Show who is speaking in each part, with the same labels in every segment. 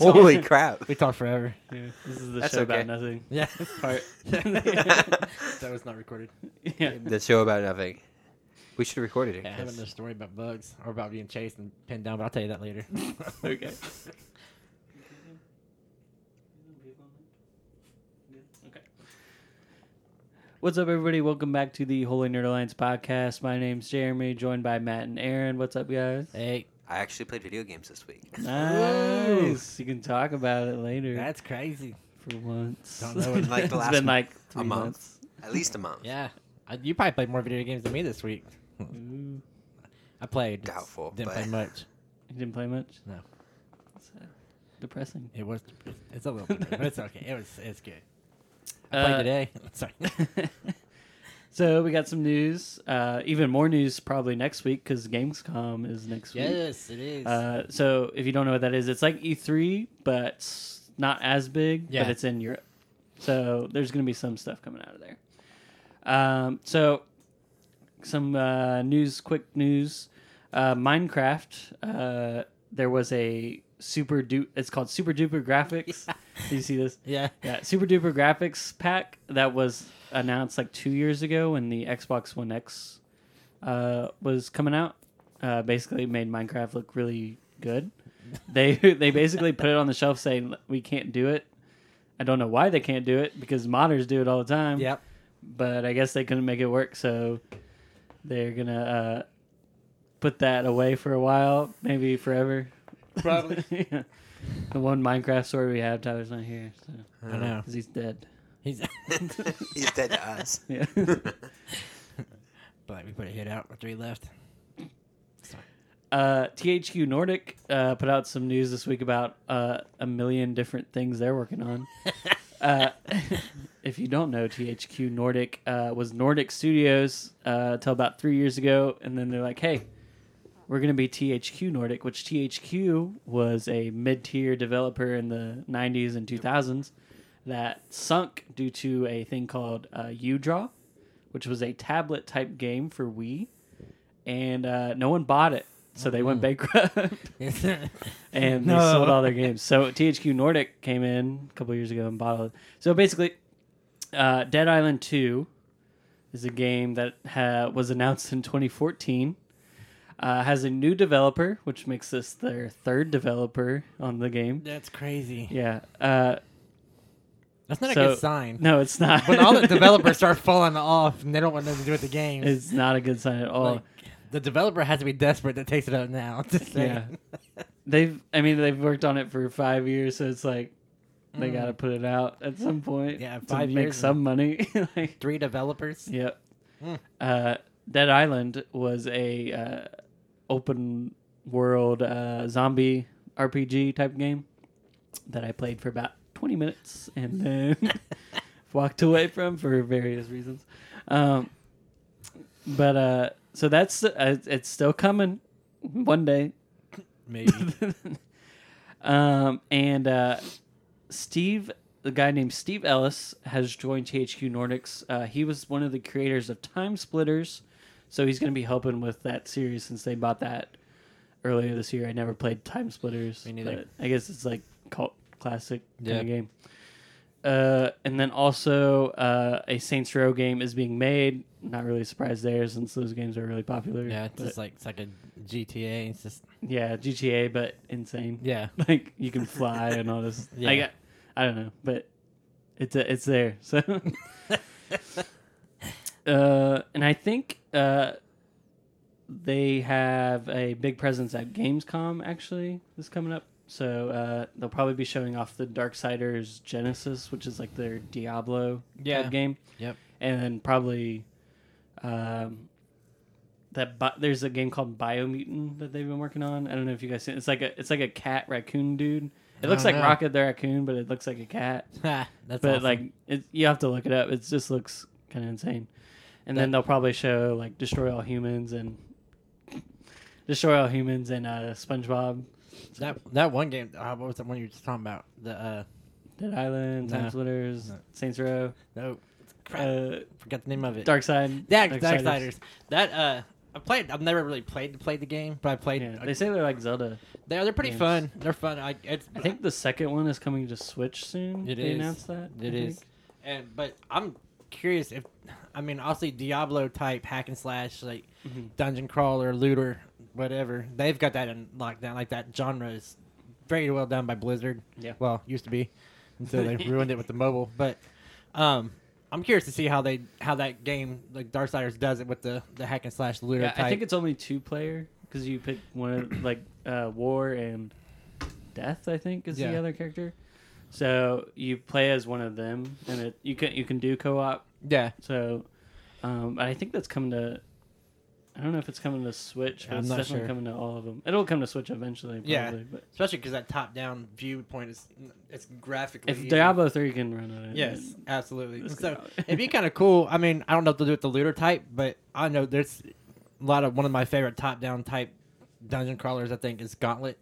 Speaker 1: Holy crap.
Speaker 2: We talked forever.
Speaker 3: Yeah, this is the
Speaker 1: That's
Speaker 3: show about
Speaker 1: okay.
Speaker 3: nothing
Speaker 2: Yeah.
Speaker 3: part.
Speaker 2: that was not recorded.
Speaker 3: yeah.
Speaker 1: the show about nothing. We should have recorded it.
Speaker 3: Yeah.
Speaker 2: Having a story about bugs or about being chased and pinned down, but I'll tell you that later.
Speaker 3: Okay. Okay. What's up, everybody? Welcome back to the Holy Nerd Alliance podcast. My name's Jeremy, joined by Matt and Aaron. What's up, guys?
Speaker 2: hey,
Speaker 1: I actually played video games this week.
Speaker 3: Nice. You can talk about it later.
Speaker 2: that's crazy.
Speaker 3: for once.
Speaker 2: Don't know, in
Speaker 1: like the last
Speaker 3: it's been like three
Speaker 1: a month.
Speaker 3: months.
Speaker 1: At least a month.
Speaker 2: Yeah. I, you probably played more video games than me this week.
Speaker 3: Ooh.
Speaker 2: I played. just
Speaker 1: Doubtful,
Speaker 2: Didn't
Speaker 1: but-
Speaker 2: play much.
Speaker 3: You didn't play much.
Speaker 2: No.
Speaker 3: Sad. Depressing.
Speaker 2: It was. It's a little bit, but it's okay. It was. It's good. I played
Speaker 3: Uh,
Speaker 2: today. Sorry.
Speaker 3: so we got some news. Uh, even more news probably next week because Gamescom is next week.
Speaker 2: yes, it is.
Speaker 3: Uh, so if you don't know what that is, it's like E3, but s- not as big,
Speaker 2: Yeah.
Speaker 3: but it's in Europe. So there's going to be some stuff coming out of there. Um, so some uh, news, quick news. Uh, Minecraft. Uh, there was a super du- It's called Super Duper Graphics. Did you see this?
Speaker 2: yeah.
Speaker 3: Yeah, super duper graphics pack that was announced like two years ago when the Xbox One X uh, was coming out. Uh, basically, made Minecraft look really good. They they basically put it on the shelf saying we can't do it. I don't know why they can't do it because modders do it all the time.
Speaker 2: Yep.
Speaker 3: But I guess they couldn't make it work, so they're gonna uh, put that away for a while, maybe forever.
Speaker 2: Probably.
Speaker 3: Yeah. The one Minecraft story we have, Tyler's not here, so
Speaker 2: I know.
Speaker 3: because he's dead.
Speaker 2: He's.
Speaker 1: He's dead to us.
Speaker 3: Yeah.
Speaker 2: but we put a hit out with three left.
Speaker 3: uh, THQ Nordic uh, put out some news this week about uh, a million different things they're working on. uh, if you don't know, THQ Nordic uh, was Nordic Studios uh, till about three years ago, and then they're like, "Hey, we're going to be THQ Nordic," which THQ was a mid-tier developer in the '90s and 2000s that sunk due to a thing called uh, UDraw, which was a tablet-type game for Wii, and uh, no one bought it, so they went bankrupt and they
Speaker 2: Mm. No.
Speaker 3: sold all their games. So THQ Nordic came in a couple years ago and bought all. Of, so basically, uh, Dead Island Two is a game that ha- was announced in 2014. Uh, has a new developer, which makes this their third developer on the game.
Speaker 2: That's crazy.
Speaker 3: Yeah, uh,
Speaker 2: That's not
Speaker 3: So-
Speaker 2: a good sign.
Speaker 3: no, it's not.
Speaker 2: When all the developers start falling off and they don't want nothing to do with the game,
Speaker 3: it's not a good sign at all.
Speaker 2: like, the developer has to be desperate that takes it up now. Just
Speaker 3: Yeah.
Speaker 2: saying.
Speaker 3: they've, I mean, they've worked on it for five years, so it's like they got to put it out at some point.
Speaker 2: Mm. Yeah,
Speaker 3: to
Speaker 2: five
Speaker 3: make
Speaker 2: years
Speaker 3: some money. like,
Speaker 2: Three developers.
Speaker 3: Yep.
Speaker 2: Mm.
Speaker 3: Uh, Dead Island was a uh, open world uh, zombie RPG type game that I played for about 20 minutes and then walked away from for various reasons. Um, but uh, so that's uh, it's still coming one day.
Speaker 2: Maybe.
Speaker 3: um, and uh, Steve, the guy named Steve Ellis, has joined THQ Nordics. Uh, he was one of the creators of Time Splitters, so he's going to be helping with that series since they bought that earlier this year. I never played Time Splitters.
Speaker 2: Me neither.
Speaker 3: but I guess it's like cult classic kind
Speaker 2: Yeah.
Speaker 3: of game. Uh, and then also uh, a Saints Row game is being made. Not really surprised there since those games are really popular.
Speaker 2: yeah, it's
Speaker 3: But-
Speaker 2: just like it's like a GTA. It's just
Speaker 3: yeah, GTA, but insane
Speaker 2: yeah.
Speaker 3: like you can fly and all this. I
Speaker 2: Yeah.
Speaker 3: got, I don't know, but it's a, it's there. So, uh, and I think uh, they have a big presence at Gamescom actually this coming up. So uh, they'll probably be showing off the Darksiders Genesis, which is like their Diablo
Speaker 2: Yeah.
Speaker 3: type game.
Speaker 2: Yep.
Speaker 3: And then probably um, that bi- there's a game called Biomutant that they've been working on. I don't know if you guys seen. It's like a it's like a cat raccoon dude. It looks
Speaker 2: Oh,
Speaker 3: like
Speaker 2: no.
Speaker 3: Rocket the raccoon, but it looks like a cat.
Speaker 2: Ha, That's
Speaker 3: but
Speaker 2: awesome.
Speaker 3: like it, you have to look it up. It just looks kind of insane. And
Speaker 2: That-
Speaker 3: then they'll probably show like Destroy All Humans and Destroy All Humans and uh, SpongeBob,
Speaker 2: that that one game. Uh, what was that one you were just talking about? The uh,
Speaker 3: Dead Island, Time
Speaker 2: No.
Speaker 3: Splitters, Saints Row,
Speaker 2: no, crap,
Speaker 3: uh,
Speaker 2: forgot the name of it.
Speaker 3: Dark Side,
Speaker 2: Dark Darksiders. That uh, I played. I've never really played played the game, but I played.
Speaker 3: Yeah,
Speaker 2: uh,
Speaker 3: they say they're like Zelda.
Speaker 2: they're they're pretty
Speaker 3: games.
Speaker 2: fun. They're fun. I, it's,
Speaker 3: I think the second one is coming to Switch soon.
Speaker 2: It
Speaker 3: It is. they
Speaker 2: is.
Speaker 3: announced that.
Speaker 2: It is, and but I'm curious if, I mean, obviously Diablo type hack and slash like dungeon crawler, looter, whatever. They've got that in lockdown. Like that genre is very well done by Blizzard.
Speaker 3: Yeah.
Speaker 2: Well, used to be until they ruined it with the mobile. But um, I'm curious to see how they how that game like Darksiders does it with the the hack and slash looter
Speaker 3: Yeah,
Speaker 2: type.
Speaker 3: I think it's only two player because you pick one of like uh, war and death. I think is
Speaker 2: Yeah.
Speaker 3: the other character. So you play as one of them, and it you can you can do co op.
Speaker 2: yeah.
Speaker 3: So um, I think that's coming to. I don't know if it's coming to Switch, but
Speaker 2: I'm
Speaker 3: it's
Speaker 2: not
Speaker 3: definitely
Speaker 2: sure.
Speaker 3: coming to all of them. It'll come to Switch eventually, probably.
Speaker 2: Yeah.
Speaker 3: But
Speaker 2: Especially because that top down viewpoint is it's graphically.
Speaker 3: if
Speaker 2: easy.
Speaker 3: Diablo three can run on it,
Speaker 2: Yes,
Speaker 3: then-
Speaker 2: absolutely.
Speaker 3: This
Speaker 2: So
Speaker 3: guy.
Speaker 2: it'd be kind of cool. I mean, I don't know if they'll do it the looter type, but I know there's a lot of one of my favorite top down type dungeon crawlers. I think is Gauntlet,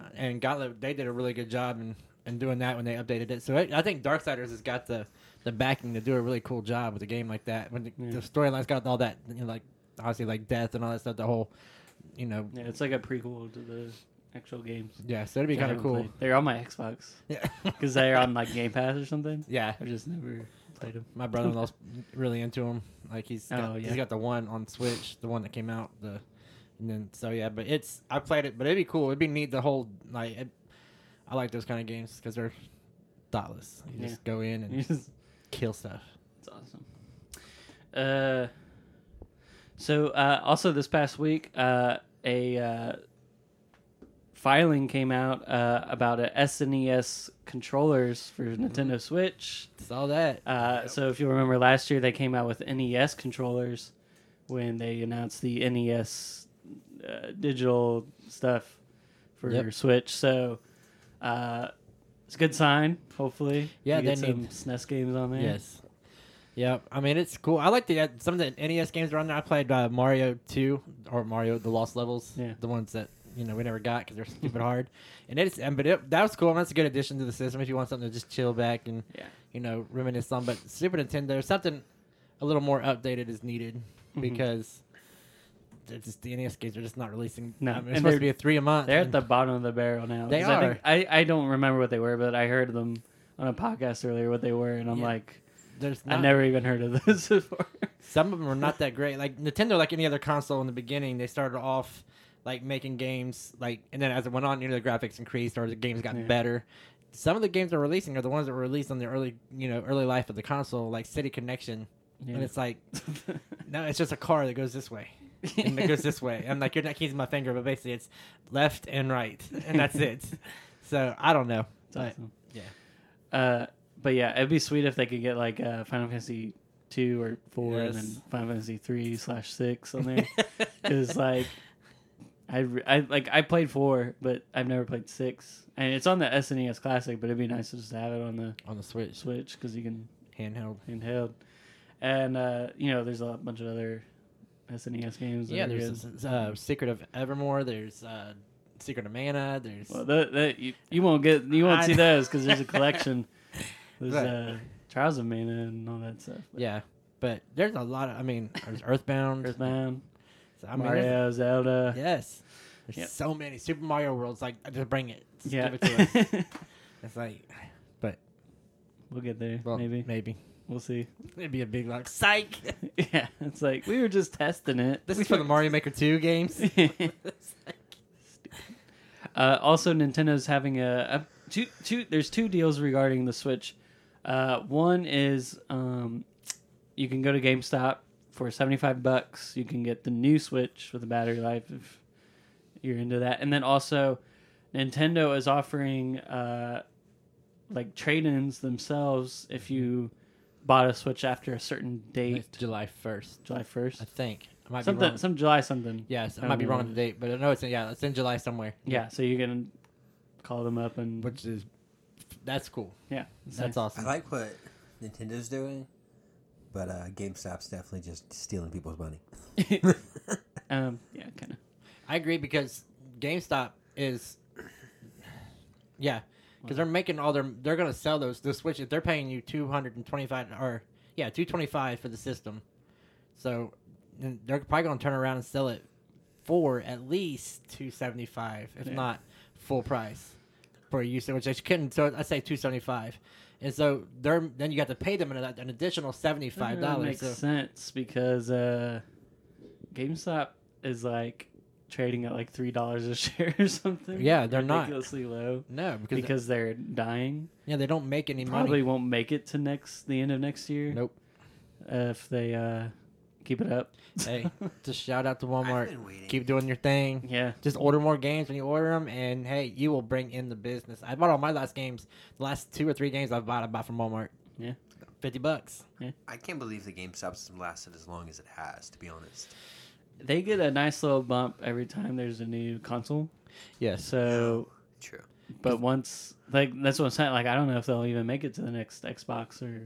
Speaker 3: Mm-hmm.
Speaker 2: and Gauntlet they did a really good job in, in doing that when they updated it. So it, I think Darksiders has got the the backing to do a really cool job with a game like that. When the,
Speaker 3: Yeah.
Speaker 2: the storyline's got all that, you know, like obviously like death and all that stuff. The whole, you know,
Speaker 3: yeah, it's like a prequel to the actual games.
Speaker 2: yeah. So it'd be
Speaker 3: I
Speaker 2: kind of
Speaker 3: haven't
Speaker 2: cool.
Speaker 3: played. They're on my Xbox
Speaker 2: Yeah,
Speaker 3: because they're on like Game Pass or something.
Speaker 2: yeah.
Speaker 3: I just never played them.
Speaker 2: My brother-in-law's really into him. Like he's got,
Speaker 3: Oh, yeah.
Speaker 2: he's got the one on Switch, the one that came out. The and then so yeah, but it's I played it, but it'd be cool. It'd be neat. The whole like it, I like those kind of games because they're thoughtless. You just go in and
Speaker 3: it's
Speaker 2: kill stuff.
Speaker 3: awesome. Uh, so uh, also this past week, uh, a uh, filing came out uh, about a SNES controllers for Nintendo Switch.
Speaker 2: Saw that.
Speaker 3: Uh, So if you remember last year, they came out with NES controllers when they announced the NES uh, digital stuff for
Speaker 2: Yep.
Speaker 3: Switch. So uh, it's a good sign. Hopefully,
Speaker 2: Yeah,
Speaker 3: you get
Speaker 2: they
Speaker 3: some
Speaker 2: need-
Speaker 3: SNES games on there.
Speaker 2: Yes. Yep. I mean, it's cool. I like the uh, some of the NES games around there. I played uh, Mario Two or Mario the Lost Levels.
Speaker 3: Yeah.
Speaker 2: The ones that you know we never got because they're stupid hard. And it's and but it, that was cool. That's a good addition to the system if you want something to just chill back and
Speaker 3: Yeah.
Speaker 2: you know reminisce on. But Super Nintendo, something a little more updated is needed
Speaker 3: Mm-hmm.
Speaker 2: because. they're Just, the NES games are just not releasing.
Speaker 3: No,
Speaker 2: I mean,
Speaker 3: and
Speaker 2: it's supposed
Speaker 3: they're-
Speaker 2: to be a three a month.
Speaker 3: They're at
Speaker 2: and-
Speaker 3: the bottom of the barrel now.
Speaker 2: They
Speaker 3: 'Cause I, think- I I don't remember what they were, but I heard them on a podcast earlier what they were, and I'm
Speaker 2: Yeah.
Speaker 3: like,
Speaker 2: there's
Speaker 3: I
Speaker 2: not-
Speaker 3: never even heard of those before.
Speaker 2: some of them are not that great. Like Nintendo, like any other console in the beginning, they started off like making games like, and then as it went on, you know, the graphics increased or the games got
Speaker 3: Yeah.
Speaker 2: better. Some of the games they're releasing are the ones that were released on the early, you know, early life of the console, like City Connection, and
Speaker 3: Yeah.
Speaker 2: it's like, no, it's just a car that goes this way and it goes this way. I'm like, you're not keeping my finger, but basically it's left and right, and that's it. So I don't know.
Speaker 3: It's
Speaker 2: But-
Speaker 3: awesome.
Speaker 2: yeah.
Speaker 3: Uh, but yeah, it'd be sweet if they could get like uh, Final Fantasy two or four,
Speaker 2: Yes.
Speaker 3: and then Final Fantasy three slash six on there. Because like, I, re- I like I played four, but I've never played six, and it's on the SNES Classic. But it'd be nice to just have it on the
Speaker 2: on the Switch,
Speaker 3: Switch because you can
Speaker 2: handheld.
Speaker 3: handheld, and uh, you know, there's a bunch of other SNES games. that
Speaker 2: Yeah,
Speaker 3: are
Speaker 2: there's
Speaker 3: good.
Speaker 2: uh, Secret of Evermore. There's uh, Secret of Mana. There's
Speaker 3: Well, that, that you, you won't get you won't
Speaker 2: I-
Speaker 3: see those because there's a collection. There's
Speaker 2: Right.
Speaker 3: uh, Trials of Mana and all that stuff. But
Speaker 2: yeah, but there's a lot of. I mean, there's Earthbound.
Speaker 3: Earthbound,
Speaker 2: So, I mean, there's-
Speaker 3: Mario, Zelda.
Speaker 2: yes, there's
Speaker 3: Yep.
Speaker 2: so many Super Mario worlds. Like just bring it. Just
Speaker 3: Yeah,
Speaker 2: give it to us. It's like, but
Speaker 3: we'll get there.
Speaker 2: well,
Speaker 3: maybe
Speaker 2: maybe maybe
Speaker 3: we'll see.
Speaker 2: it'd be a big like psych.
Speaker 3: yeah, it's like we were just testing it.
Speaker 2: this is for the Mario Maker Two games.
Speaker 3: uh, also, Nintendo's having a, a two two. There's two deals regarding the Switch. Uh, one is um, you can go to GameStop for 75 bucks. You can get the new Switch with a battery life if you're into that. And then also, Nintendo is offering uh, like trade-ins themselves if you bought a Switch after a certain date,
Speaker 2: It's July first,
Speaker 3: July
Speaker 2: I
Speaker 3: 1st,
Speaker 2: think. I might be
Speaker 3: something,
Speaker 2: wrong.
Speaker 3: some July something.
Speaker 2: yes, I
Speaker 3: I
Speaker 2: might be
Speaker 3: don't
Speaker 2: wrong
Speaker 3: know.
Speaker 2: on the date, but I know it's in, yeah, it's in July somewhere.
Speaker 3: Yeah, so you can call them up and
Speaker 2: which is that's cool.
Speaker 3: yeah, it's
Speaker 2: That's
Speaker 3: nice.
Speaker 4: I
Speaker 2: awesome.
Speaker 4: like what Nintendo's doing, but uh, GameStop's definitely just stealing people's money.
Speaker 3: um, yeah, kind of.
Speaker 2: I agree because GameStop is, yeah, because they're making all their they're gonna sell those the Switch if they're paying you two hundred and twenty five or yeah two twenty five for the system, so and they're probably gonna turn around and sell it for at least two seventy five, if
Speaker 3: Yeah.
Speaker 2: not full price for usage, which they couldn't. So I say two seventy five, and so they're then you got to pay them an, an additional seventy five
Speaker 3: That
Speaker 2: dollars.
Speaker 3: makes
Speaker 2: So
Speaker 3: sense because uh, GameStop is like trading at like three dollars a share or something.
Speaker 2: Yeah, they're not.
Speaker 3: ridiculously low
Speaker 2: no, because,
Speaker 3: because they're dying.
Speaker 2: yeah, they don't make any
Speaker 3: Probably
Speaker 2: money.
Speaker 3: won't make it to next the end of next year
Speaker 2: Nope.
Speaker 3: uh, if they uh, keep it up.
Speaker 2: hey, just shout out to
Speaker 1: been
Speaker 2: Walmart.
Speaker 1: waiting.
Speaker 2: Keep doing your thing.
Speaker 3: yeah,
Speaker 2: Just order more games when you order them, and hey, you will bring in the business. I bought all my last games, the last two or three games I've bought, I bought from Walmart.
Speaker 3: Yeah.
Speaker 2: fifty bucks.
Speaker 1: I can't believe the GameStop system lasted as long as it has. To be honest,
Speaker 3: they get a nice little bump every time there's a new console.
Speaker 2: Yes,
Speaker 3: So,
Speaker 1: true.
Speaker 3: but once like that's what I'm saying. Like I don't know if they'll even make it to the next Xbox or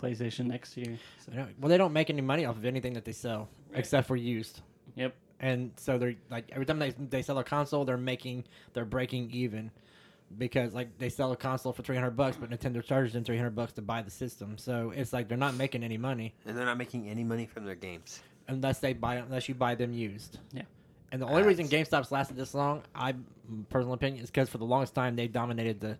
Speaker 3: PlayStation next year. So,
Speaker 2: You know, well, they don't make any money off of anything that they sell except for used.
Speaker 3: Yep.
Speaker 2: And so they're like every time they they sell a console, they're making they're breaking even because like they sell a console for three hundred bucks, but Nintendo charges them three hundred bucks to buy the system. So it's like they're not making any money.
Speaker 1: And they're not making any money from their games.
Speaker 2: unless they buy unless you buy them used.
Speaker 3: Yeah.
Speaker 2: And the only reason
Speaker 1: Facts.
Speaker 2: GameStop's lasted this long, I m- personal opinion, is because for the longest time they dominated the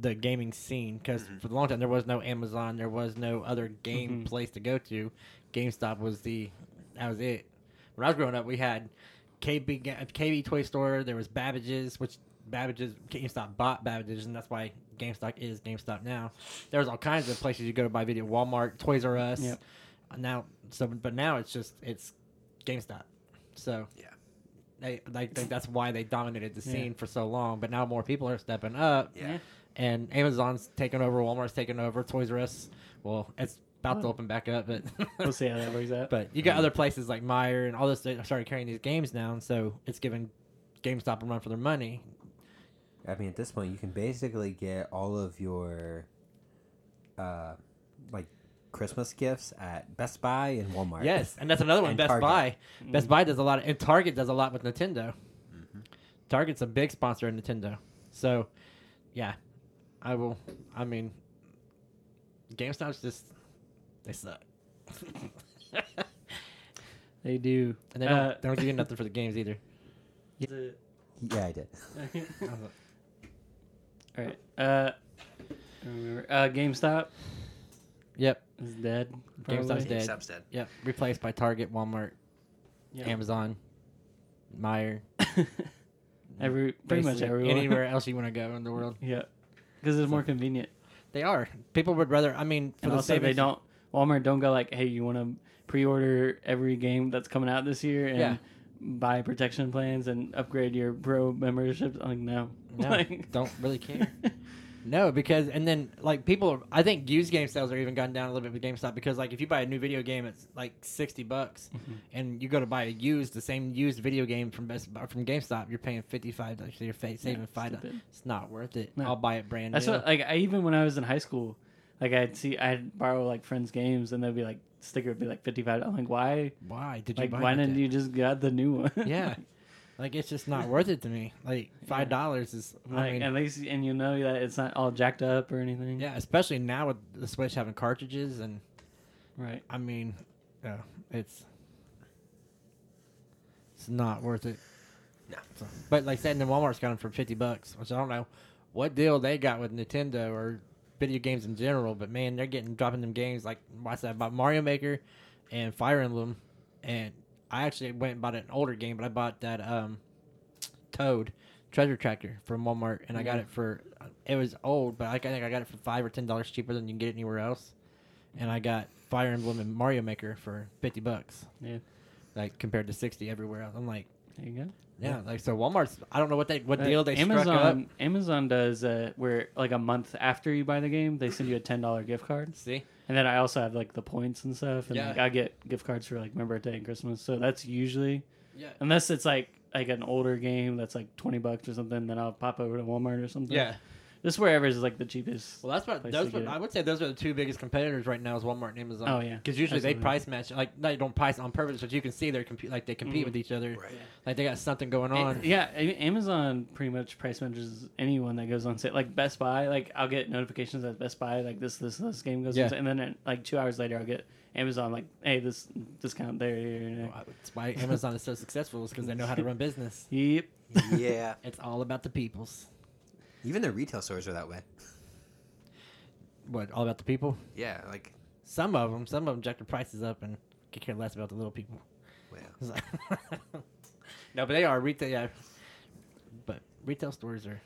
Speaker 2: the gaming scene. Because for the long time there was no Amazon, there was no other game
Speaker 3: Mhm.
Speaker 2: place to go to. GameStop was the that was it. When I was growing up, we had KB Ga- KB Toy Store. There was Babbage's, which Babbage's GameStop bought Babbage's, and that's why GameStop is GameStop now. There was all kinds of places you go to buy video, Walmart, Toys R Us.
Speaker 3: Yep.
Speaker 2: Now, so but now it's just it's GameStop. So
Speaker 1: Yeah.
Speaker 2: they I think that's why they dominated the
Speaker 3: Yeah.
Speaker 2: scene for so long. But now more people are stepping up,
Speaker 1: Yeah.
Speaker 2: and Amazon's taking over, Walmart's taking over, Toys R Us. Well, it's about to
Speaker 3: Oh.
Speaker 2: open back up, but
Speaker 3: We'll see how that works out.
Speaker 2: but you got other places like Meyer and all this that started carrying these games now, and so it's giving GameStop a run for their money.
Speaker 4: I mean, at this point, you can basically get all of your, uh, like, Christmas gifts at Best Buy and Walmart.
Speaker 2: Yes, and that's another one.
Speaker 4: And
Speaker 2: Best
Speaker 4: Target.
Speaker 2: Buy.
Speaker 3: Mm-hmm.
Speaker 2: Best Buy does a lot, and Target does a lot with Nintendo. Target's a big sponsor of Nintendo. So, yeah, I will. I mean, GameStop's just they suck.
Speaker 3: They do.
Speaker 2: And they don't,
Speaker 3: Uh,
Speaker 2: they don't give you nothing for the games either.
Speaker 4: Yeah, I did.
Speaker 3: All right. Uh, I don't remember. Uh, GameStop
Speaker 2: Yep.
Speaker 3: is dead.
Speaker 2: GameStop's
Speaker 3: probably.
Speaker 2: dead.
Speaker 1: GameStop's dead.
Speaker 2: Yep. Replaced by Target, Walmart,
Speaker 3: Yeah.
Speaker 2: Amazon, Meyer,
Speaker 3: Every pretty much
Speaker 2: basically
Speaker 3: everywhere.
Speaker 2: anywhere else you want to go in the world.
Speaker 3: Yeah, because it's more convenient.
Speaker 2: They are. People would rather. I mean, for
Speaker 3: And
Speaker 2: the
Speaker 3: also, they
Speaker 2: savings-
Speaker 3: don't. Walmart don't go like, hey, you want to pre-order every game that's coming out this year and
Speaker 2: Yeah.
Speaker 3: buy protection plans and upgrade your pro memberships. Like, no,
Speaker 2: No,
Speaker 3: Like-
Speaker 2: don't really care. No, because and then like people, are, I think used game sales are even gone down a little bit with GameStop because like if you buy a new video game, it's like sixty bucks,
Speaker 3: Mm-hmm.
Speaker 2: and you go to buy a used the same used video game from Best Buy, from GameStop, you're paying fifty five dollars. So you're fa- saving five. dollars.
Speaker 3: stupid.
Speaker 2: It's not worth it.
Speaker 3: No.
Speaker 2: I'll buy it brand
Speaker 3: That's
Speaker 2: new.
Speaker 3: what like I even when I was in high school, like I'd see I'd borrow like friends' games and they'd be like sticker would be like fifty five. I'm like, why?
Speaker 2: why did you
Speaker 3: Like
Speaker 2: buy?
Speaker 3: why
Speaker 2: it
Speaker 3: didn't
Speaker 2: then?
Speaker 3: you just got the new one?
Speaker 2: Yeah, like it's just not worth it to me. Like five dollars is. I
Speaker 3: like
Speaker 2: mean,
Speaker 3: at least and you know that it's not all jacked up or anything.
Speaker 2: yeah, especially now with the Switch having cartridges, and
Speaker 3: Right.
Speaker 2: I mean, yeah, it's it's not worth it.
Speaker 1: No.
Speaker 2: So- But like I said, then Walmart's got them for fifty bucks, which I don't know what deal they got with Nintendo or video games in general. But man, they're getting dropping them games like I said about Mario Maker and Fire Emblem, and I actually went and bought an older game, but I bought that um, Toad Treasure Tracker from Walmart, and I got
Speaker 3: Mhm.
Speaker 2: it for it was old, but I think I got it for five or ten dollars cheaper than you can get it anywhere else, and I got Fire Emblem and Mario Maker for fifty bucks,
Speaker 3: Yeah.
Speaker 2: like compared to sixty everywhere else. I'm like.
Speaker 3: There you go.
Speaker 2: Yeah, like so Walmart's. I don't know what they what
Speaker 3: Uh,
Speaker 2: deal they
Speaker 3: Amazon
Speaker 2: struck up.
Speaker 3: Amazon does uh, where like a month after you buy the game, they send you a ten dollar gift card,
Speaker 2: See,
Speaker 3: and then I also have like the points and stuff, and
Speaker 2: Yeah.
Speaker 3: like, I get gift cards for like my birthday and Christmas. So that's usually
Speaker 2: yeah,
Speaker 3: unless it's like like an older game that's like twenty bucks or something, then I'll pop over to Walmart or something.
Speaker 2: yeah.
Speaker 3: just wherever is like the cheapest.
Speaker 2: Well, that's what
Speaker 3: Place
Speaker 2: those.
Speaker 3: to
Speaker 2: What,
Speaker 3: get it.
Speaker 2: I would say those are the two biggest competitors right now is Walmart and Amazon.
Speaker 3: Oh, yeah.
Speaker 2: because usually they
Speaker 3: Absolutely.
Speaker 2: price match. Like they don't price on purpose, but you can see they're compete like they compete
Speaker 3: Mhm.
Speaker 2: with each other.
Speaker 1: Right.
Speaker 2: Like they got something going on.
Speaker 3: A- yeah, A- Amazon pretty much price matches anyone that goes on sale. Like Best Buy, like I'll get notifications that Best Buy, like this, this, this game goes
Speaker 2: Yeah.
Speaker 3: on sale, and then uh, like two hours later, I'll get Amazon like, hey, this discount there. here, and there.
Speaker 2: That's why Amazon is so successful is because they know how to run business.
Speaker 3: Yep.
Speaker 1: yeah.
Speaker 2: It's all about the peoples.
Speaker 1: Even the retail stores are that way.
Speaker 2: What all about the people?
Speaker 1: Yeah, like,
Speaker 2: Some of them, some of them jack the prices up and could care less about the little people.
Speaker 1: well,
Speaker 2: It's like- no, but they are retail. Yeah, but retail stores are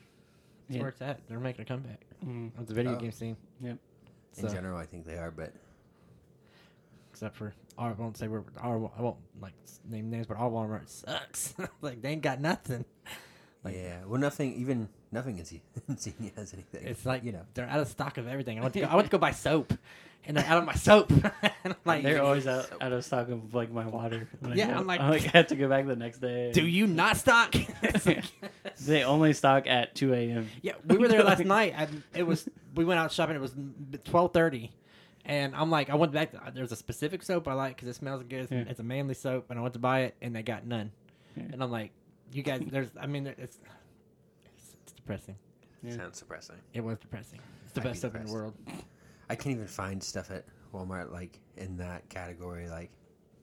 Speaker 2: it's
Speaker 3: Yeah.
Speaker 2: where it's at. They're making a comeback.
Speaker 3: Mm.
Speaker 2: It's the video
Speaker 1: Oh.
Speaker 2: game scene,
Speaker 3: Yep.
Speaker 1: in
Speaker 2: So-
Speaker 1: general, I think they are, but
Speaker 2: except for I won't say we're our, I won't like s- name names, but our Walmart sucks. like they ain't got nothing. Like-
Speaker 1: yeah. Well, nothing, even nothing in Xenia has anything.
Speaker 2: It's like
Speaker 1: you know,
Speaker 2: they're out of stock of everything. I went to go, I went to go buy soap, and they're out of my soap. and I'm like,
Speaker 3: They're always out, out of stock of like my water. when I
Speaker 2: Yeah,
Speaker 3: go-
Speaker 2: I'm like-
Speaker 3: I have to go back the next day.
Speaker 2: do you not stock? It's like-
Speaker 3: they only stock at 2 a.m.
Speaker 2: yeah, we were there last night. I, it was we went out shopping. It was twelve thirty, and I'm like, I went back. To, there's a specific soap I like because it smells good. It's,
Speaker 3: Yeah.
Speaker 2: it's a manly soap, and I went to buy it, and they got none.
Speaker 3: Yeah.
Speaker 2: And I'm like, you guys, there's. I mean, it's it's, it's depressing.
Speaker 3: Yeah.
Speaker 1: sounds depressing.
Speaker 2: It was depressing. It's the
Speaker 1: I'd
Speaker 2: best
Speaker 1: be
Speaker 2: soap in the
Speaker 1: depressed.
Speaker 2: world.
Speaker 1: I can't even find stuff at Walmart like in that category, like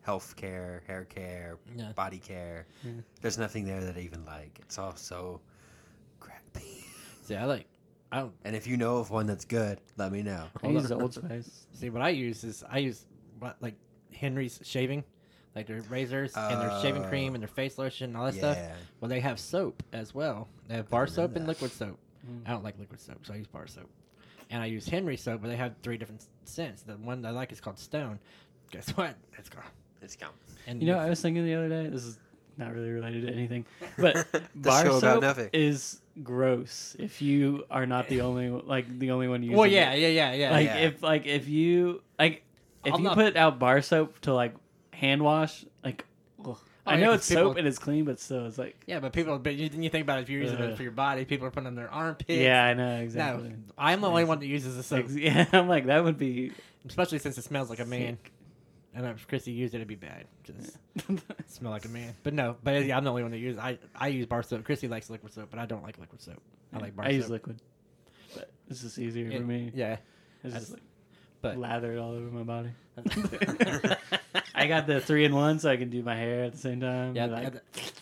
Speaker 1: health care, hair care,
Speaker 2: Yeah.
Speaker 1: body care.
Speaker 3: Yeah.
Speaker 1: There's nothing there that I even like. It's all so crappy.
Speaker 2: See, I like. I don't
Speaker 1: And if you know of one that's good, let me know.
Speaker 3: I
Speaker 2: Hold
Speaker 3: use
Speaker 2: on.
Speaker 3: the Old Spice.
Speaker 2: See, what I use is I use what, like Henry's shaving, like their razors and their shaving
Speaker 1: Oh.
Speaker 2: cream and their face lotion and all that stuff.
Speaker 1: Yeah.
Speaker 2: Well, they have soap as well. They have bar
Speaker 1: know
Speaker 2: soap and
Speaker 1: that.
Speaker 2: liquid soap. I don't like liquid soap, so I use bar soap. And I use Henry soap, but they have three different scents. The one I like is called Stone. Guess what? It's gone.
Speaker 1: It's gone.
Speaker 2: And
Speaker 3: You know, I
Speaker 2: it's-
Speaker 3: was thinking the other day. This is not really related to anything, but
Speaker 1: The
Speaker 3: bar
Speaker 1: show about
Speaker 3: soap
Speaker 1: nothing.
Speaker 3: is gross. If you are not the only like the only one using.
Speaker 2: well,
Speaker 3: it.
Speaker 2: yeah, yeah, yeah, yeah.
Speaker 3: Like
Speaker 1: Yeah.
Speaker 3: if like if you like if
Speaker 2: I'm
Speaker 3: you
Speaker 2: not-
Speaker 3: put out bar soap to like hand wash like. ugh.
Speaker 2: Oh,
Speaker 3: I
Speaker 2: yeah,
Speaker 3: know
Speaker 2: 'cause
Speaker 3: it's soap
Speaker 2: people-
Speaker 3: and it's clean, but still it's like
Speaker 2: yeah, but people, but you, then you think about it, if you're using
Speaker 3: Ugh.
Speaker 2: it for your body, people are putting it on their armpits.
Speaker 3: Uh. yeah, I know
Speaker 2: No,
Speaker 3: exactly.
Speaker 2: I'm the only one that uses the soap,
Speaker 3: Ex- yeah, I'm like that would be
Speaker 2: especially since it smells like a man. And if Chrissy used it, it'd be bad. 'cause- smell like a man. But no, but yeah, I'm the only one that uses. I I use bar soap. Chrissy likes liquid soap, but I don't like liquid soap. I like bar
Speaker 3: I
Speaker 2: soap.
Speaker 3: use liquid, but it's just easier
Speaker 2: It-
Speaker 3: for me.
Speaker 2: Yeah,
Speaker 3: It's
Speaker 2: I-
Speaker 3: just like
Speaker 2: but
Speaker 3: lather it all over my body. I got the three in one, so I can do my hair at the same time.
Speaker 2: yeah,
Speaker 3: like,
Speaker 2: yeah,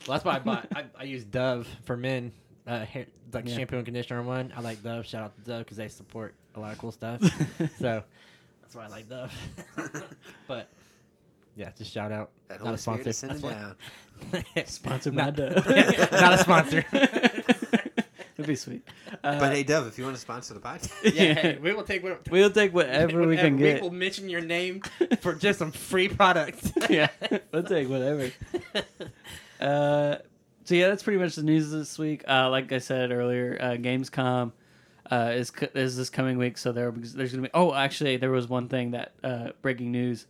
Speaker 2: well, that's why I bought. I, I use Dove for men. Uh, hair, like
Speaker 3: Yeah.
Speaker 2: shampoo and conditioner one. I like Dove. Shout out to Dove because they support a lot of cool stuff. so that's why I like Dove. but yeah, just shout out.
Speaker 1: That
Speaker 2: Not
Speaker 1: Holy
Speaker 2: a
Speaker 1: Spirit
Speaker 2: sponsor.
Speaker 1: is sending
Speaker 2: That's
Speaker 1: down.
Speaker 3: sponsored by
Speaker 2: Not-
Speaker 3: Dove.
Speaker 2: not a sponsor.
Speaker 3: It'd be sweet. Uh,
Speaker 1: but hey, Dove, if you want to sponsor the podcast,
Speaker 2: Yeah, hey, we will take whatever,
Speaker 3: we'll take whatever we can
Speaker 2: We
Speaker 3: get.
Speaker 2: will mention your name for just some free product.
Speaker 3: yeah, we'll take whatever. Uh, so yeah, that's pretty much the news this week. Uh, like I said earlier, uh, Gamescom uh, is co- is this coming week, so there there's gonna be. Oh, actually, there was one thing that uh, breaking news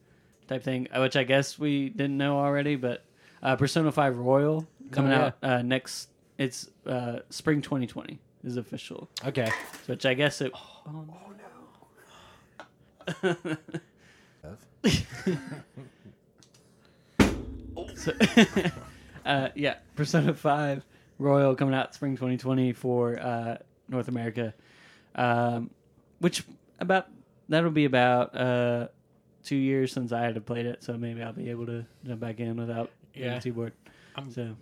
Speaker 3: type thing, uh, which I guess we didn't know already, but uh, Persona Five Royal coming
Speaker 2: Oh, yeah.
Speaker 3: out uh, next. It's uh, spring 2020 is official,
Speaker 2: Okay.
Speaker 3: which I guess it. oh no.
Speaker 1: Dove.
Speaker 3: So, uh, yeah, Persona 5 Royal coming out spring 2020 for uh, North America, um, which about that'll be about uh, two years since I had played it, so maybe I'll be able to jump back in without yeah.
Speaker 2: Yeah.
Speaker 3: a keyboard.
Speaker 2: I'm-
Speaker 3: so,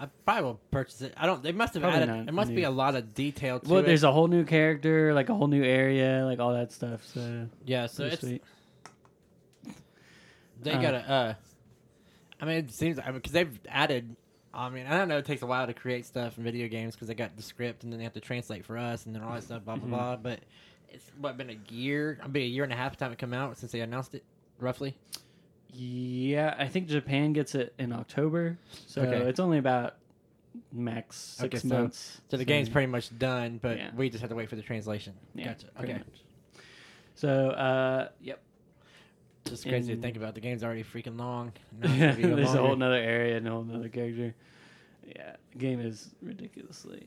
Speaker 2: I probably will purchase it. I don't. They must have
Speaker 3: Probably
Speaker 2: added.
Speaker 3: not.
Speaker 2: There must be
Speaker 3: Yeah.
Speaker 2: a lot of detail to
Speaker 3: well,
Speaker 2: it.
Speaker 3: there's a whole new character, like a whole new area, like all that stuff. So,
Speaker 2: yeah, so
Speaker 3: pretty
Speaker 2: it's
Speaker 3: sweet.
Speaker 2: they
Speaker 3: uh,
Speaker 2: gotta. Uh, I mean, it seems. I mean, because they've added. I mean, I don't know. It takes a while to create stuff in video games because they got the script and then they have to translate for us and then all that stuff. Blah blah
Speaker 3: Mhm.
Speaker 2: blah. But it's what been a year. It'll be a year and a half time it come out since they announced it. Roughly.
Speaker 3: yeah, I think Japan gets it in October, so
Speaker 2: Okay.
Speaker 3: it's only about max six
Speaker 2: Okay, so-
Speaker 3: months.
Speaker 2: So the game's pretty much done, but
Speaker 3: Yeah.
Speaker 2: we just have to wait for the translation.
Speaker 3: Yeah,
Speaker 2: gotcha.
Speaker 3: pretty
Speaker 2: Okay.
Speaker 3: much. So, uh, yep.
Speaker 2: Just crazy to
Speaker 3: And-
Speaker 2: think about. The game's already freaking long. Now it's gonna be
Speaker 3: There's a
Speaker 2: longer.
Speaker 3: whole nother area and a whole nother character. Yeah, the game is ridiculously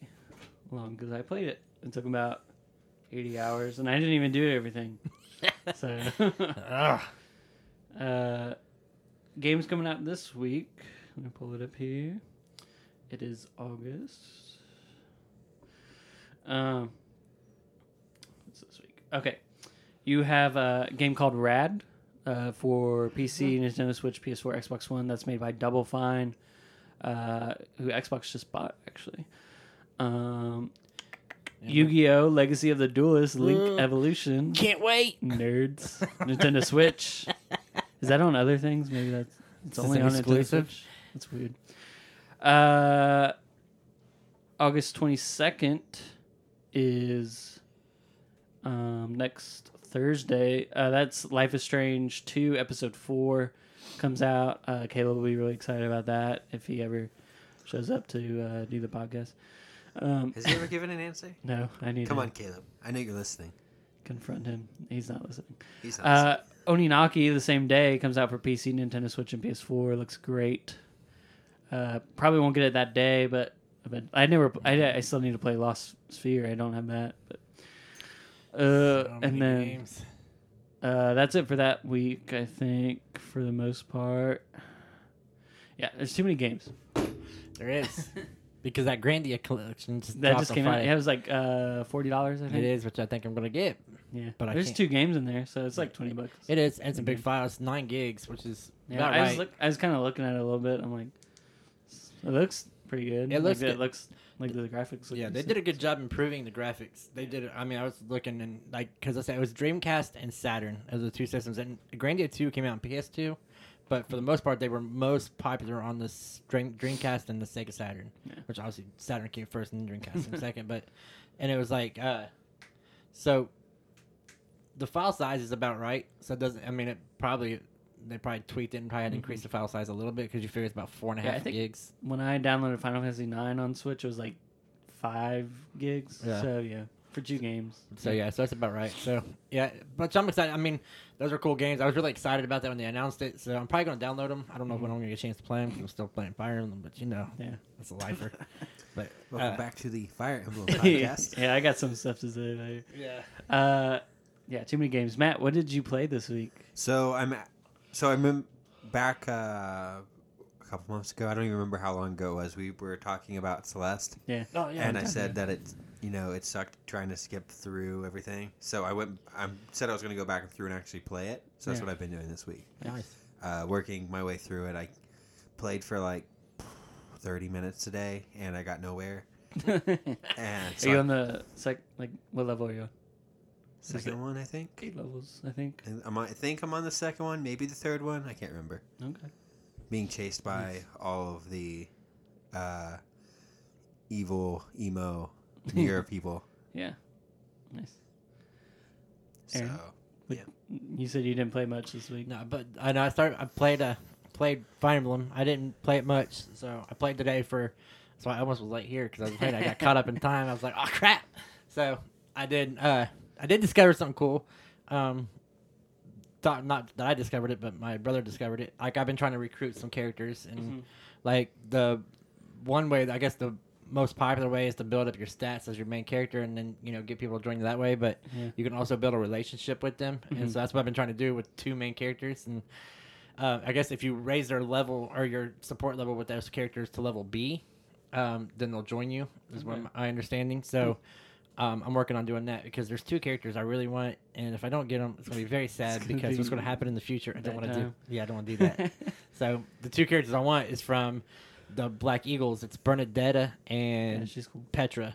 Speaker 3: long because I played it. It took about 80 hours, and I didn't even do everything. so,
Speaker 2: Ugh.
Speaker 3: uh, game's coming out this week. Let me pull it up here. It is August. Um, what's this week? Okay, you have a game called Rad. uh, for PC, Nintendo Switch, PS4, Xbox One. That's made by Double Fine, uh, who Xbox just bought actually. Um, Yu-Gi-Oh! Legacy of the Duelist, Link Evolution,
Speaker 2: Can't wait.
Speaker 3: Nerds, Nintendo Switch. Is that on other things? Maybe that's it's
Speaker 2: this
Speaker 3: only
Speaker 2: an
Speaker 3: on
Speaker 2: exclusive?
Speaker 3: Nintendo Switch. That's weird. Uh, August twenty second is um, next Thursday. Uh, that's Life is Strange two episode four comes out. Uh, Caleb will be really excited about that if he ever shows up to uh, do the podcast. Um,
Speaker 1: Has he ever given an answer?
Speaker 3: no, I need
Speaker 1: Come
Speaker 3: to
Speaker 1: on, Caleb. I know you're listening.
Speaker 3: confront him. He's not listening.
Speaker 1: He's not
Speaker 3: Uh, Oninaki the same day comes out for PC, Nintendo Switch, and PS4. Looks great. Uh, probably won't get it that day, but but I never. I, I still need to play Lost Sphere. I don't have that. But uh, and then uh, that's it for that week. I think for the most part. Yeah, there's too many games
Speaker 2: there is because that Grandia collection just
Speaker 3: that
Speaker 2: dropped
Speaker 3: just
Speaker 2: on
Speaker 3: came out.
Speaker 2: Friday.
Speaker 3: Yeah, It was like uh, forty dollars. I think
Speaker 2: It is, which I think I'm gonna get.
Speaker 3: Yeah,
Speaker 2: but I
Speaker 3: there's
Speaker 2: can't.
Speaker 3: two games in there, so it's like twenty bucks.
Speaker 2: It is, and it's a big file. It's nine gigs, which is
Speaker 3: Mm-hmm. Yeah,
Speaker 2: about
Speaker 3: I
Speaker 2: right.
Speaker 3: was look, I was kind of looking at it a little bit. I'm like, it looks pretty good.
Speaker 2: It
Speaker 3: Like,
Speaker 2: looks
Speaker 3: It
Speaker 2: good.
Speaker 3: looks like the graphics. Look
Speaker 2: yeah, they
Speaker 3: decent.
Speaker 2: did a good job improving the graphics. They did. it- I mean, I was looking and like because I said it was Dreamcast and Saturn as the two systems, and Grandia Two came out on PS2, but for the most part, they were most popular on the s- Dream, Dreamcast and the Sega Saturn,
Speaker 3: Yeah.
Speaker 2: which obviously Saturn came first and Dreamcast came second. But and it was like uh, so the file size is about right. So it doesn't. I mean, it probably they probably tweaked it and probably had to increase the file size a little bit because you figure it's about four and a
Speaker 3: Mm-hmm. Yeah, I
Speaker 2: half
Speaker 3: think-
Speaker 2: gigs.
Speaker 3: When I downloaded Final Fantasy Nine on Switch, it was like five gigs.
Speaker 2: Yeah.
Speaker 3: So yeah, for two games.
Speaker 2: So yeah, so that's about right. So yeah, but I'm excited. I mean, those are cool games. I was really excited about that when they announced it. So I'm probably gonna download them. I don't know when I'm gonna get a chance to play them because I'm still playing Fire Emblem, but you know,
Speaker 3: Yeah.
Speaker 2: that's a lifer. but
Speaker 1: Welcome
Speaker 2: uh,
Speaker 1: back to the Fire Emblem
Speaker 3: yeah,
Speaker 1: podcast.
Speaker 3: yeah, I got some stuff to say later.
Speaker 2: Yeah.
Speaker 3: Uh, yeah, too many games. Matt, what did you play this week?
Speaker 1: So I'm, so I'm in- back uh, a couple months ago. I don't even remember how long ago it was. We were talking about Celeste,
Speaker 3: Yeah,
Speaker 2: Oh yeah.
Speaker 1: and I
Speaker 2: yeah.
Speaker 1: said that it, you know, it sucked trying to skip through everything. So I went. I said I was going to go back through and actually play it. So that's
Speaker 3: Yeah.
Speaker 1: what I've been doing this week.
Speaker 2: nice.
Speaker 1: Uh, working my way through it. I played for like thirty minutes today, and I got nowhere. And
Speaker 3: are
Speaker 1: so
Speaker 3: you
Speaker 1: I-
Speaker 3: on the sec? Like, what level are you on?
Speaker 1: second one, I think.
Speaker 3: Eight levels, I think.
Speaker 1: And I'm on- I think I'm on the second one, maybe the third one. I can't remember.
Speaker 3: Okay.
Speaker 1: being chased by all of the uh, evil emo mirror people.
Speaker 3: Yeah. Nice.
Speaker 1: So
Speaker 3: Aaron? You said you didn't play much this week.
Speaker 2: No, but I know I started. I played uh played Fire Emblem. I didn't play it much, so I played today for. So I almost was late here because I was playing. I got caught up in time. I was like, oh crap! So I did. Uh, I did discover something cool. Um, thought not that I discovered it, but my brother discovered it. Like I've been trying to recruit some characters, and
Speaker 3: Mm-hmm.
Speaker 2: like the one way, I guess the most popular way is to build up your stats as your main character, and then you know get people to join you that way. But
Speaker 3: Yeah. Mm-hmm.
Speaker 2: you can also build a relationship with them, and so that's what I've been trying to do with two main characters. And uh, I guess if you raise their level or your support level with those characters to level B, um, then they'll join you. Is what
Speaker 3: Okay. Mm-hmm.
Speaker 2: my understanding. So. Um, I'm working on doing that because there's two characters I really want, and if I don't get them, it's gonna be very sad
Speaker 3: gonna
Speaker 2: because
Speaker 3: be
Speaker 2: what's gonna happen in the future? I don't
Speaker 3: bad
Speaker 2: want to do.
Speaker 3: time.
Speaker 2: Yeah, I don't want to do that. So the two characters I want is from the Black Eagles. It's Bernadetta
Speaker 3: yeah,
Speaker 2: and
Speaker 3: she's cool.
Speaker 2: Petra.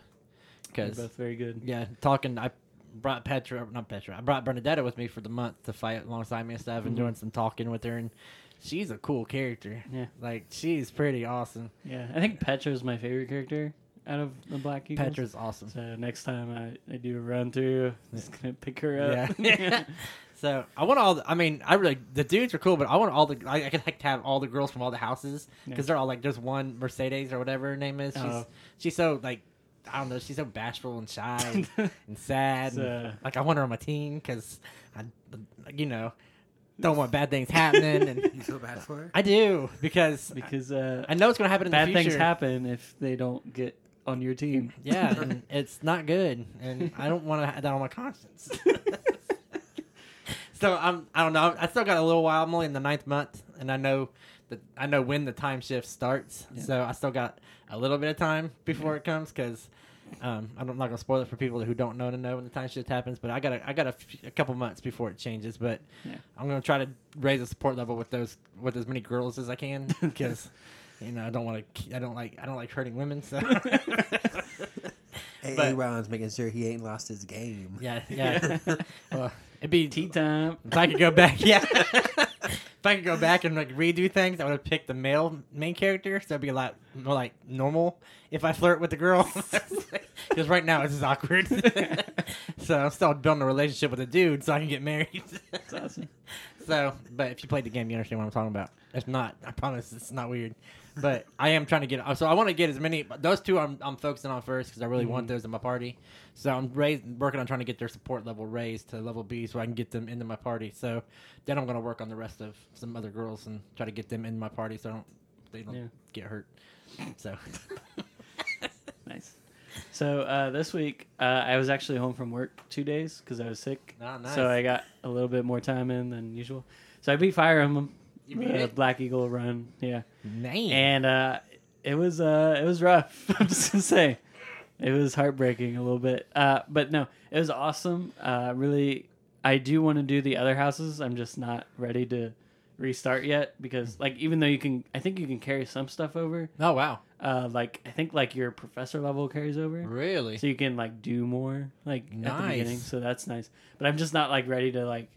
Speaker 3: They're
Speaker 2: Because
Speaker 3: both very good.
Speaker 2: yeah, talking. I brought Petra, not Petra. I brought Bernadetta with me for the month to fight alongside me and stuff, and
Speaker 3: Mhm.
Speaker 2: doing some talking with her. And she's a cool character.
Speaker 3: Yeah.
Speaker 2: like she's pretty awesome.
Speaker 3: Yeah, I think Petra's my favorite character out of the Black Eagles.
Speaker 2: Petra's awesome.
Speaker 3: So next time I, I do a run through, I'm just gonna pick her up.
Speaker 2: Yeah. So I want all. The, I mean, I really the dudes are cool, but I want all the. I, I could like to have all the girls from all the houses because
Speaker 3: Yeah.
Speaker 2: they're all like. There's one Mercedes or whatever her name is. She's
Speaker 3: Oh.
Speaker 2: she's so like. I don't know. She's so bashful and shy and, and sad. and,
Speaker 3: So-
Speaker 2: like I want her on my team because I, you know, don't want bad things happening.
Speaker 1: you
Speaker 2: and
Speaker 1: feel bad for her?
Speaker 2: I do because
Speaker 3: because uh,
Speaker 2: I know it's gonna happen in
Speaker 3: bad
Speaker 2: the future.
Speaker 3: things happen if they don't get on your team.
Speaker 2: Yeah, and it's not good, and I don't want to have that on my conscience. so I'm, I don't know. I still got a little while. I'm only in the ninth month, and I know that I know when the time shift starts.
Speaker 3: Yeah.
Speaker 2: So I still got a little bit of time before it comes because Um, I'm not gonna spoil it for people who don't know to know when the time shift happens, but I got a, I got a, f- a couple months before it changes. But
Speaker 3: Yeah.
Speaker 2: I'm gonna try to raise the support level with those with as many girls as I can because you know I don't want to I don't like I don't like hurting women. So
Speaker 1: Hey,
Speaker 2: But-
Speaker 1: Aaron's making sure he ain't lost his game.
Speaker 2: yeah, yeah. well, it'd be
Speaker 3: Tea time.
Speaker 2: if I could go back, yeah. if I could go back and like redo things, I would have picked the male main character, so it'd be a lot more like normal if I flirt with the girl. Because right now it's just awkward. so I'm still building a relationship with a dude so I can get married.
Speaker 3: That's awesome.
Speaker 2: so, but if you played the game, you understand what I'm talking about. It's not. I promise, it's not weird. But I am trying to get. So I want to get as many. Those two I'm, I'm focusing on first because I really
Speaker 3: Mm-hmm.
Speaker 2: want those in my party. So I'm raised, working on trying to get their support level raised to level B so I can get them into my party. So then I'm going to work on the rest of some other girls and try to get them in my party so I don't they don't
Speaker 3: Yeah.
Speaker 2: get hurt. So
Speaker 3: Nice. So uh, this week uh, I was actually home from work two days because I was sick.
Speaker 2: Ah, nice.
Speaker 3: So I got a little bit more time in than usual. So I beat Fire Emblem.
Speaker 2: You beat
Speaker 3: the
Speaker 2: it?
Speaker 3: Black Eagle run. Yeah.
Speaker 2: man,
Speaker 3: and uh, it was uh, it was rough. I'm just gonna say, it was heartbreaking a little bit. Uh, but no, it was awesome. Uh, really, I do want to do the other houses. I'm just not ready to restart yet because, like, even though you can, I think you can carry some stuff over.
Speaker 2: oh wow,
Speaker 3: Uh, like, I think like your professor level carries over.
Speaker 2: really?
Speaker 3: So you can like do more like at the
Speaker 2: Nice.
Speaker 3: beginning, so that's nice. But I'm just not like ready to like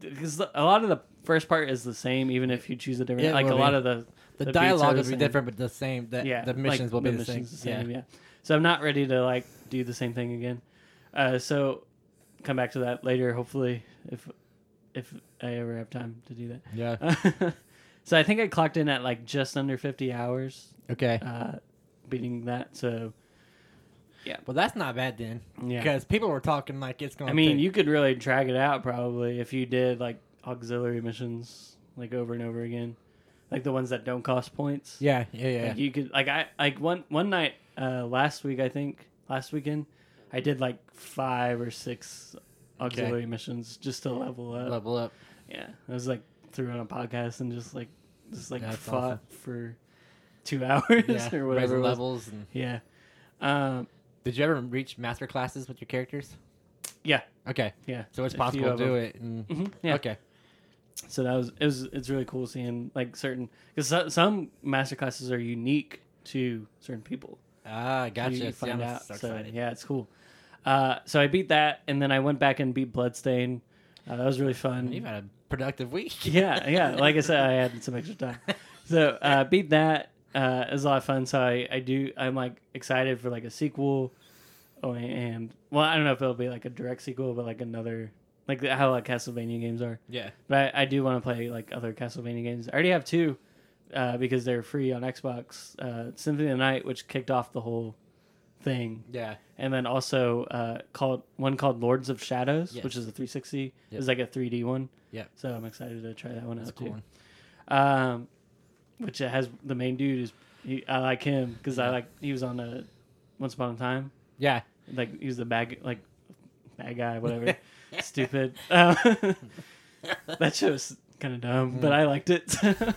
Speaker 3: because a lot of the first part is the same, even if you choose a different.
Speaker 2: It
Speaker 3: like
Speaker 2: will
Speaker 3: a lot
Speaker 2: be.
Speaker 3: of the
Speaker 2: The,
Speaker 3: beats are
Speaker 2: dialogue
Speaker 3: the
Speaker 2: will be
Speaker 3: same.
Speaker 2: different, but the same. The,
Speaker 3: Yeah,
Speaker 2: the missions
Speaker 3: like,
Speaker 2: will be
Speaker 3: the
Speaker 2: the, same.
Speaker 3: missions the same. Yeah. So I'm not ready to like do the same thing again. Uh, so come back to that later, hopefully, if if I ever have time to do that.
Speaker 2: yeah, yeah.
Speaker 3: so I think I clocked in at like just under 50 hours
Speaker 2: Okay.
Speaker 3: uh, beating that. So
Speaker 2: Well, that's not bad then,
Speaker 3: yeah.
Speaker 2: because people were talking like it's going.
Speaker 3: I mean, you could really drag it out probably if you did like auxiliary missions like over and over again, like the ones that don't cost points.
Speaker 2: yeah, yeah, yeah.
Speaker 3: Like, you could like I like one one night uh last week I think last weekend I did like five or six auxiliary missions just to level up.
Speaker 2: level up.
Speaker 3: Yeah, I was like threw on a podcast and just like just like
Speaker 2: That's
Speaker 3: fought
Speaker 2: awesome.
Speaker 3: for two hours
Speaker 2: Yeah,
Speaker 3: or
Speaker 2: raising
Speaker 3: whatever. it was.
Speaker 2: levels. And...
Speaker 3: Yeah. Um,
Speaker 2: Did you ever reach master classes with your characters?
Speaker 3: Yeah.
Speaker 2: Okay,
Speaker 3: yeah.
Speaker 2: so it's
Speaker 3: A few
Speaker 2: possible to
Speaker 3: of
Speaker 2: do
Speaker 3: them.
Speaker 2: it. And...
Speaker 3: Mhm, yeah.
Speaker 2: Okay.
Speaker 3: so that was it was it's really cool seeing like certain because so, some master classes are unique to certain people
Speaker 2: Ah, gotcha.
Speaker 3: you
Speaker 2: See,
Speaker 3: find
Speaker 2: I'm
Speaker 3: out
Speaker 2: so
Speaker 3: so
Speaker 2: excited.
Speaker 3: yeah it's cool uh so i beat that and then i went back and beat bloodstain uh, that was really fun
Speaker 2: You've had a productive week.
Speaker 3: yeah, yeah. Like I said, I had some extra time, so uh, beat that. Uh, it was a lot of fun. So I, I do. I'm like excited for like a sequel, oh, and well, I don't know if it'll be like a direct sequel, but like another like how like Castlevania games are.
Speaker 2: Yeah.
Speaker 3: But I, I do want to play like other Castlevania games. I already have two uh, because they're free on Xbox. Uh, Symphony of the Night, which kicked off the whole thing,
Speaker 2: Yeah.
Speaker 3: and then also uh, called one called Lords of Shadows,
Speaker 2: Yes.
Speaker 3: which is a 360. It
Speaker 2: Yep.
Speaker 3: was like a 3D one.
Speaker 2: Yep.
Speaker 3: So I'm excited to try that one
Speaker 2: That's a
Speaker 3: out
Speaker 2: cool
Speaker 3: too.
Speaker 2: one.
Speaker 3: Um, which it has the main dude is he, I like him because I
Speaker 2: Yeah.
Speaker 3: like he was on a Once Upon a Time
Speaker 2: Yeah.
Speaker 3: like he was the bad like bad guy whatever stupid um, that show was kind of dumb
Speaker 2: Hmm.
Speaker 3: but i liked it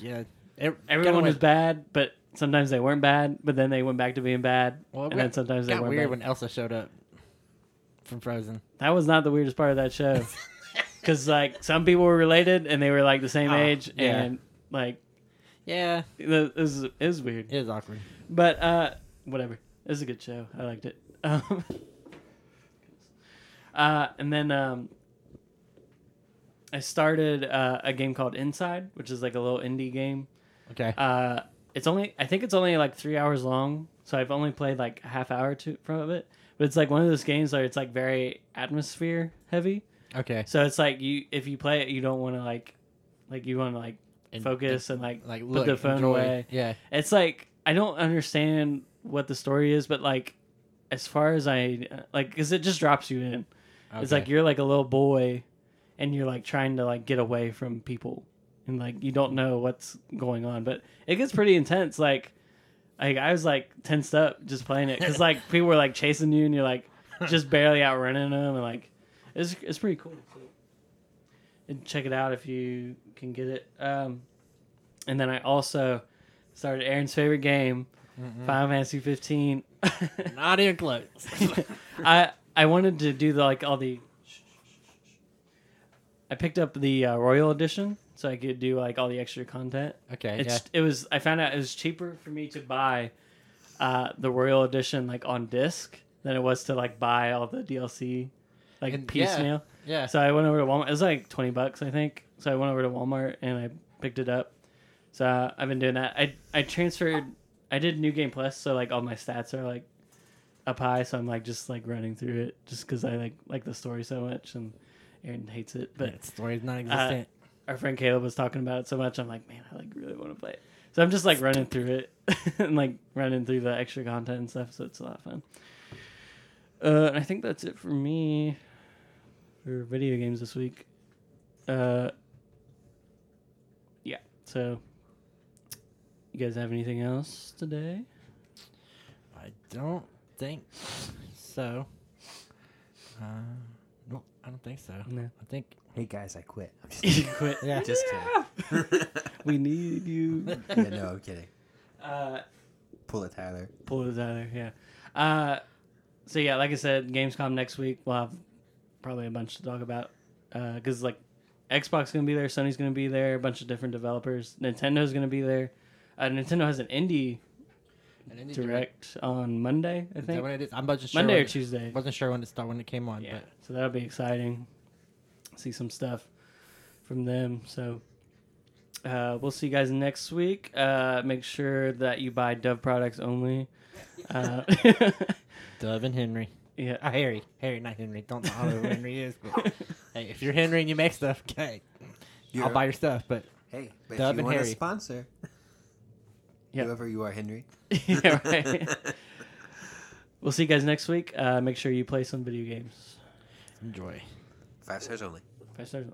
Speaker 2: Yeah. It,
Speaker 3: everyone
Speaker 2: got
Speaker 3: was
Speaker 2: away-
Speaker 3: bad but sometimes they weren't bad but then they went back to being bad
Speaker 2: Well, it
Speaker 3: and then
Speaker 2: got-
Speaker 3: sometimes they
Speaker 2: got
Speaker 3: weren't
Speaker 2: weird
Speaker 3: bad.
Speaker 2: when Elsa showed up from Frozen.
Speaker 3: that was not the weirdest part of that show because like some people were related and they were like the same
Speaker 2: Ah,
Speaker 3: age
Speaker 2: yeah.
Speaker 3: and like
Speaker 2: Yeah,
Speaker 3: it was, it was weird
Speaker 2: it is awkward.
Speaker 3: But uh, whatever. It was a good show. I liked it. Um, uh, and then um, I started uh, a game called Inside, which is like a little indie game.
Speaker 2: Okay.
Speaker 3: Uh, it's only I think it's only like three hours long, so I've only played like a half hour to from it. But it's like one of those games where it's like very atmosphere heavy.
Speaker 2: okay.
Speaker 3: So it's like you if you play it, you don't want to like like you want to like
Speaker 2: And-
Speaker 3: focus and like
Speaker 2: Like
Speaker 3: put
Speaker 2: look,
Speaker 3: the phone
Speaker 2: enjoy.
Speaker 3: away.
Speaker 2: Yeah.
Speaker 3: It's like I don't understand what the story is, but like as far as I like, because it just drops you in. It's like
Speaker 2: Okay.
Speaker 3: you're like a little boy, and you're like trying to like get away from people, and like you don't know what's going on, but it gets pretty intense. Like, like I was like tensed up just playing it because like people were like chasing you, and you're like just barely outrunning them, and like it's it's pretty cool. And check it out if you can get it. Um, and then I also started Aaron's favorite game, Final Fantasy 15.
Speaker 2: Not even close.
Speaker 3: I I wanted to do the, like all the. I picked up the uh, Royal Edition so I could do like all the extra content.
Speaker 2: okay,
Speaker 3: It's it was I found out it was cheaper for me to buy uh, the Royal Edition like on disc than it was to like buy all the DLC like
Speaker 2: And- yeah.
Speaker 3: piecemeal.
Speaker 2: yeah, yeah.
Speaker 3: So I went over to Walmart. It was like twenty bucks, I think. So I went over to Walmart and I picked it up. So uh, I've been doing that. I I transferred. I did New Game Plus, so like all my stats are like up high. So I'm like just like running through it, just because I like like the story so much, and Aaron hates it. But uh,
Speaker 2: That story's non-existent.
Speaker 3: our friend Caleb was talking about it so much. I'm like, man, I like really want to play it. So I'm just like running through it and like running through the extra content and stuff. So it's a lot of fun. Uh, and I think that's it for me for video games this week. Uh, yeah. So you guys have anything else today?
Speaker 2: I don't think so. Uh, no, I don't think so.
Speaker 3: No.
Speaker 2: I think
Speaker 4: Hey guys, I quit. I'm just
Speaker 3: You quit.
Speaker 2: yeah.
Speaker 1: Just kidding.
Speaker 3: We need you.
Speaker 1: yeah, no, I'm kidding.
Speaker 3: Uh,
Speaker 1: Pull it, Tyler.
Speaker 3: pull those out of there. Yeah. Uh, so yeah, like I said, Gamescom next week. We'll have probably a bunch to talk about because like Xbox gonna be there, Sony's gonna be there, a bunch of different developers. Nintendo's gonna be there. Uh, Nintendo has an indie
Speaker 2: And then you do it.
Speaker 3: direct on Monday, I
Speaker 2: Is that what
Speaker 3: think.
Speaker 2: it is? I'm about to sure
Speaker 3: Monday
Speaker 2: when
Speaker 3: or
Speaker 2: it-
Speaker 3: Tuesday.
Speaker 2: Wasn't sure when it started when it came on,
Speaker 3: Yeah. So that'll be exciting. See some stuff from them. So uh, we'll see you guys next week. Uh, make sure that you buy Dove products only. Uh,
Speaker 2: but Dove and Henry.
Speaker 3: yeah.
Speaker 2: Uh, Harry, Harry, not Henry. Don't know who Henry is. But hey, if you're Henry and you make stuff, okay, I'll
Speaker 1: You're-
Speaker 2: buy your stuff. But
Speaker 1: Hey, but if
Speaker 2: Dub
Speaker 1: you
Speaker 2: and
Speaker 1: want
Speaker 2: Harry.
Speaker 1: a sponsor,
Speaker 3: Yeah.
Speaker 1: whoever you are, Henry.
Speaker 3: yeah, right. we'll see you guys next week. Uh, make sure you play some video games.
Speaker 2: enjoy.
Speaker 1: Five stars only.
Speaker 3: Five stars.